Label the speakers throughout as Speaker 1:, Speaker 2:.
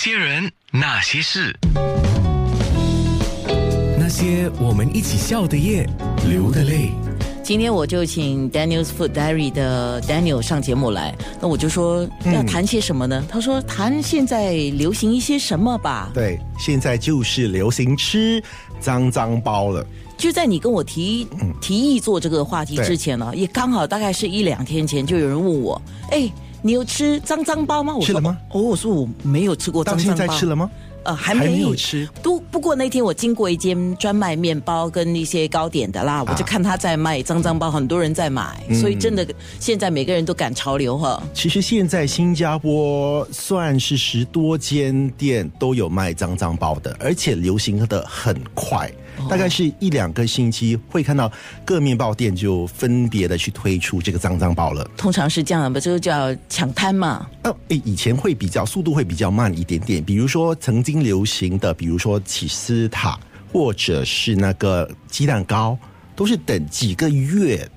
Speaker 1: 些人，那些事，
Speaker 2: 那些我们一起笑的夜，流的泪。
Speaker 3: 今天我就请 Daniel's Food Diary 的 Daniel 上节目来，那我就说
Speaker 4: 嗯
Speaker 3: 要谈些什么呢？他说谈现在流行一些什么吧。
Speaker 4: 对，现在就是流行吃脏脏包了。
Speaker 3: 就在你跟我提提议做这个话题
Speaker 4: 嗯对
Speaker 3: 之前呢、也刚好大概是一两天前，就有人问我，哎，你有吃脏脏包吗？我说
Speaker 4: 吃了吗？
Speaker 3: 哦，我说我没有吃过脏
Speaker 4: 到
Speaker 3: 脏包。
Speaker 4: 现在吃了吗？
Speaker 3: 呃，还没
Speaker 4: 还没有吃。
Speaker 3: 都不过那天我经过一间专卖面包跟一些糕点的啦，我
Speaker 4: 啊
Speaker 3: 就看他在卖脏脏包，很多人在买，
Speaker 4: 嗯
Speaker 3: 所以真的现在每个人都赶潮流哈。
Speaker 4: 其实现在新加坡算是十多间店都有卖脏脏包的，而且流行的很快，大概是一两个星期会看到各面包店就分别的去推出这个脏脏包了。
Speaker 3: 通常是这样的，这个叫抢滩嘛。
Speaker 4: 呃，诶，以前会比较速度会比较慢一点点，比如说曾经流行的，比如说起司塔或者是那个鸡蛋糕，都是等几个月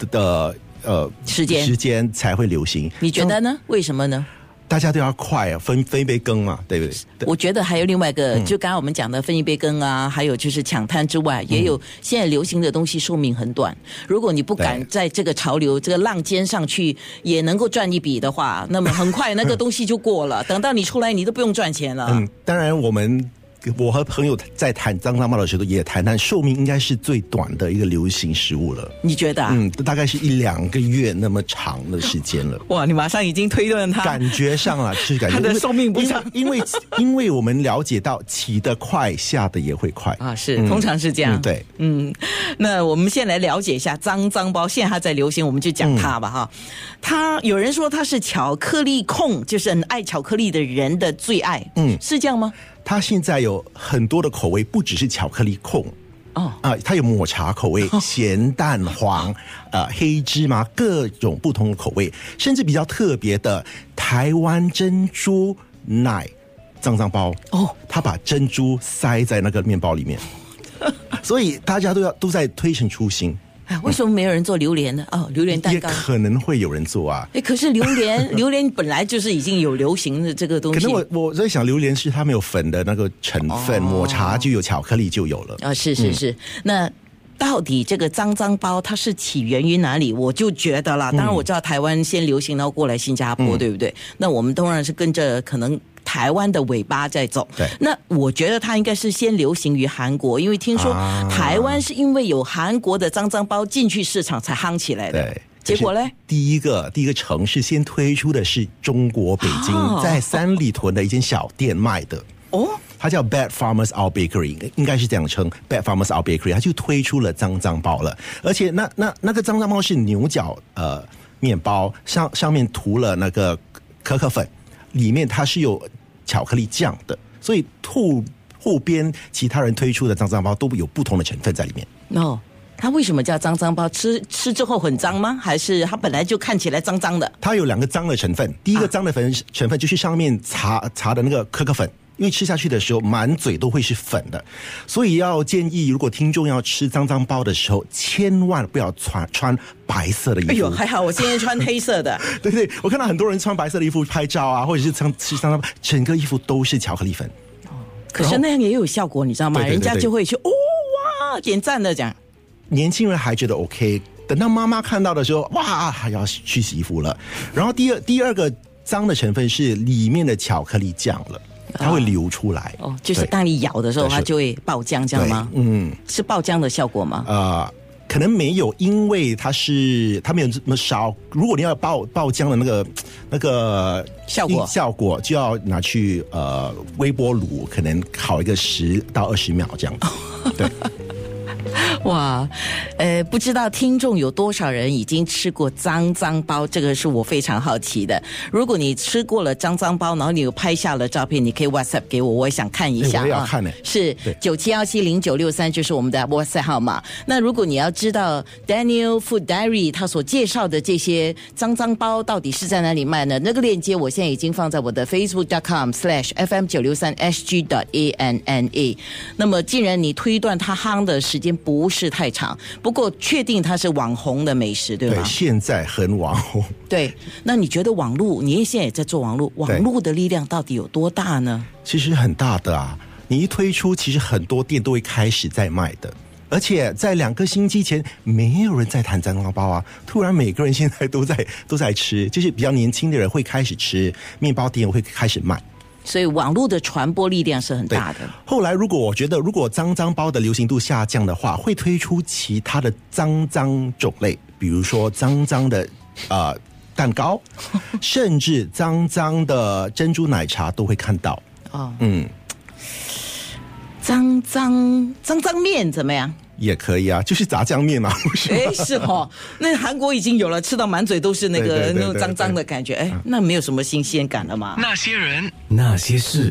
Speaker 4: 的的呃
Speaker 3: 时间
Speaker 4: 时间才会流行。
Speaker 3: 你觉得呢？为什么呢？
Speaker 4: 大家都要快啊，分分一杯羹嘛，对不对？对嗯
Speaker 3: 我觉得还有另外一个，就刚刚我们讲的分一杯羹啊，还有就是抢滩之外，也有现在流行的东西寿命很短。如果你不敢
Speaker 4: 嗯对
Speaker 3: 在这个潮流、这个浪尖上去也能够赚一笔的话，那么很快那个东西就过了。等到你出来，你都不用赚钱了。
Speaker 4: 嗯，当然我们。我和朋友在谈脏脏包的时候，也谈谈寿命应该是最短的一个流行食物了。
Speaker 3: 你觉得、啊？
Speaker 4: 嗯，大概是一两个月那么长的时间了。
Speaker 3: 哇，你马上已经推断他
Speaker 4: 感觉上啊，是感觉
Speaker 3: 它的
Speaker 4: 因为
Speaker 3: 寿命不
Speaker 4: 因为
Speaker 3: 长
Speaker 4: 因为因为我们了解到起得快，下的也会快。
Speaker 3: 啊，是，通常是这样。
Speaker 4: 嗯对，
Speaker 3: 嗯，那我们先来了解一下脏脏包，现在它在流行，我们就讲它吧，哈。
Speaker 4: 嗯
Speaker 3: 它有人说它是巧克力控，就是很爱巧克力的人的最爱，嗯，是这样吗？
Speaker 4: 它现在有很多的口味，不只是巧克力控
Speaker 3: 哦，
Speaker 4: 啊、它有抹茶口 味、咸蛋黄、呃黑芝麻各种不同的口味，甚至比较特别的台湾珍珠奶脏脏包
Speaker 3: 哦，
Speaker 4: 它把珍珠塞在那个面包里 面，所以大家都要都在推陈出新，
Speaker 3: 哎，为什么没有人做榴莲呢？哦，榴莲蛋
Speaker 4: 也
Speaker 3: 糕。
Speaker 4: 可能会有人做啊。
Speaker 3: 哎，可是榴莲，榴莲本来就是已经有流行的这个东
Speaker 4: 可
Speaker 3: 西。
Speaker 4: 能我我在想，榴莲是它没有粉的那个成分，
Speaker 3: 哦
Speaker 4: 抹茶就有，巧克力就有了。
Speaker 3: 啊，是
Speaker 4: 嗯
Speaker 3: 是是，那。到底这个脏脏包它是起源于哪里？我就觉得
Speaker 4: 嗯
Speaker 3: 啦，当然我知道台湾先流行，然后过来新加坡，对不对？那我们当然是跟着可能台湾的尾巴在走。
Speaker 4: 对
Speaker 3: 那我觉得它应该是先流行于韩国，因为听说
Speaker 4: 啊
Speaker 3: 台湾是因为有韩国的脏脏包进去市场才夯起来的。
Speaker 4: 对，
Speaker 3: 结果
Speaker 4: 就是
Speaker 3: 嘞，
Speaker 4: 第一个第一个城市先推出的是中国北京，
Speaker 3: 哦
Speaker 4: 在三里屯的一间小店卖的。
Speaker 3: 哦，
Speaker 4: 它叫 Bad Farmers Out Bakery，应该是这样称 Bad Farmers Out Bakery，它就推出了脏脏包了，而且那那那个脏脏包是牛角呃面包，上上面涂了那个可可粉，里面它是有巧克力酱的，所以兔后边其他人推出的脏脏包都有不同的成分在里面。
Speaker 3: no，它为什么叫脏脏包？吃吃之后很脏吗？还是它本来就看起来脏脏的？
Speaker 4: 它有两个脏的成分，第一
Speaker 3: 啊
Speaker 4: 个脏的粉、成分就是上面擦擦的那个可可粉。因为吃下去的时候，满嘴都会是粉的，所以要建议，如果听众要吃脏脏包的时候，千万不要穿穿白色的衣服。
Speaker 3: 哎呦，还好我今天穿黑 色的。
Speaker 4: 对对，我看到很多人穿白色的衣服拍照啊，或者是吃吃脏脏包，整个衣服都是巧克力粉。
Speaker 3: 可是那样也有效果，你知道吗？
Speaker 4: 对对对
Speaker 3: 人家
Speaker 4: 对
Speaker 3: 就会去哦哇点赞的讲，
Speaker 4: 年轻人还觉得 OK，等到妈妈看到的时候，哇，还要去洗衣服了。然后第二第二个脏的成分是里面的巧克力酱了，它会流出来。
Speaker 3: 哦，就是
Speaker 4: 对
Speaker 3: 当你咬的时候，
Speaker 4: 但是
Speaker 3: 它就会爆浆，这样吗？
Speaker 4: 对嗯，
Speaker 3: 是爆浆的效果吗？
Speaker 4: 呃，可能没有，因为它是它没有这么烧。如果你要爆爆浆的那个那个
Speaker 3: 效果
Speaker 4: 效果就要拿去呃微波炉，可能烤一个十到二十秒这样
Speaker 3: 哦
Speaker 4: 子。对，啊
Speaker 3: 哇，呃，不知道听众有多少人已经吃过脏脏包，这个是我非常好奇的。如果你吃过了脏脏包，然后你有拍下了照片，你可以 WhatsApp 给我，我也想看一下
Speaker 4: 哎
Speaker 3: 啊。
Speaker 4: 我也要看呢
Speaker 3: 是
Speaker 4: 对
Speaker 3: 九七幺七零九六三就是我们的 WhatsApp 号码。那如果你要知道 Daniel Food Diary 他所介绍的这些脏脏包到底是在哪里卖呢？那个链接我现在已经放在我的 Facebook.com/slash FM 九六三 SG 的 A N N A。那么既然你推断它夯的时间不不是太长，不过确定它是网红的美食，对
Speaker 4: 对
Speaker 3: 吗？
Speaker 4: 现在很网红。
Speaker 3: 对，那你觉得网络，你现在也在做网络，网
Speaker 4: 对
Speaker 3: 络的力量到底有多大呢？
Speaker 4: 其实很大的啊。你一推出，其实很多店都会开始在卖的，而且在两个星期前，没有人在谈蟑螂包啊，突然每个人现在都在都在吃，就是比较年轻的人会开始吃，面包店会开始卖。
Speaker 3: 所以网络的传播力量是很
Speaker 4: 对
Speaker 3: 大的。
Speaker 4: 后来，如果我觉得如果脏脏包的流行度下降的话，会推出其他的脏脏种类，比如说脏脏的 呃蛋糕，甚至脏脏的珍珠奶茶都会看到。
Speaker 3: 哦，
Speaker 4: 嗯，
Speaker 3: 脏脏脏脏面怎么 样？
Speaker 4: 也可以啊，就是炸酱面嘛，不是吗？
Speaker 3: 哎，是哦，那韩国已经有了，吃到满嘴都是那个
Speaker 4: 对对对啊
Speaker 3: 那种脏脏的感觉，哎，那没有什么新鲜感了嘛。
Speaker 1: 那些人。
Speaker 2: 那些事。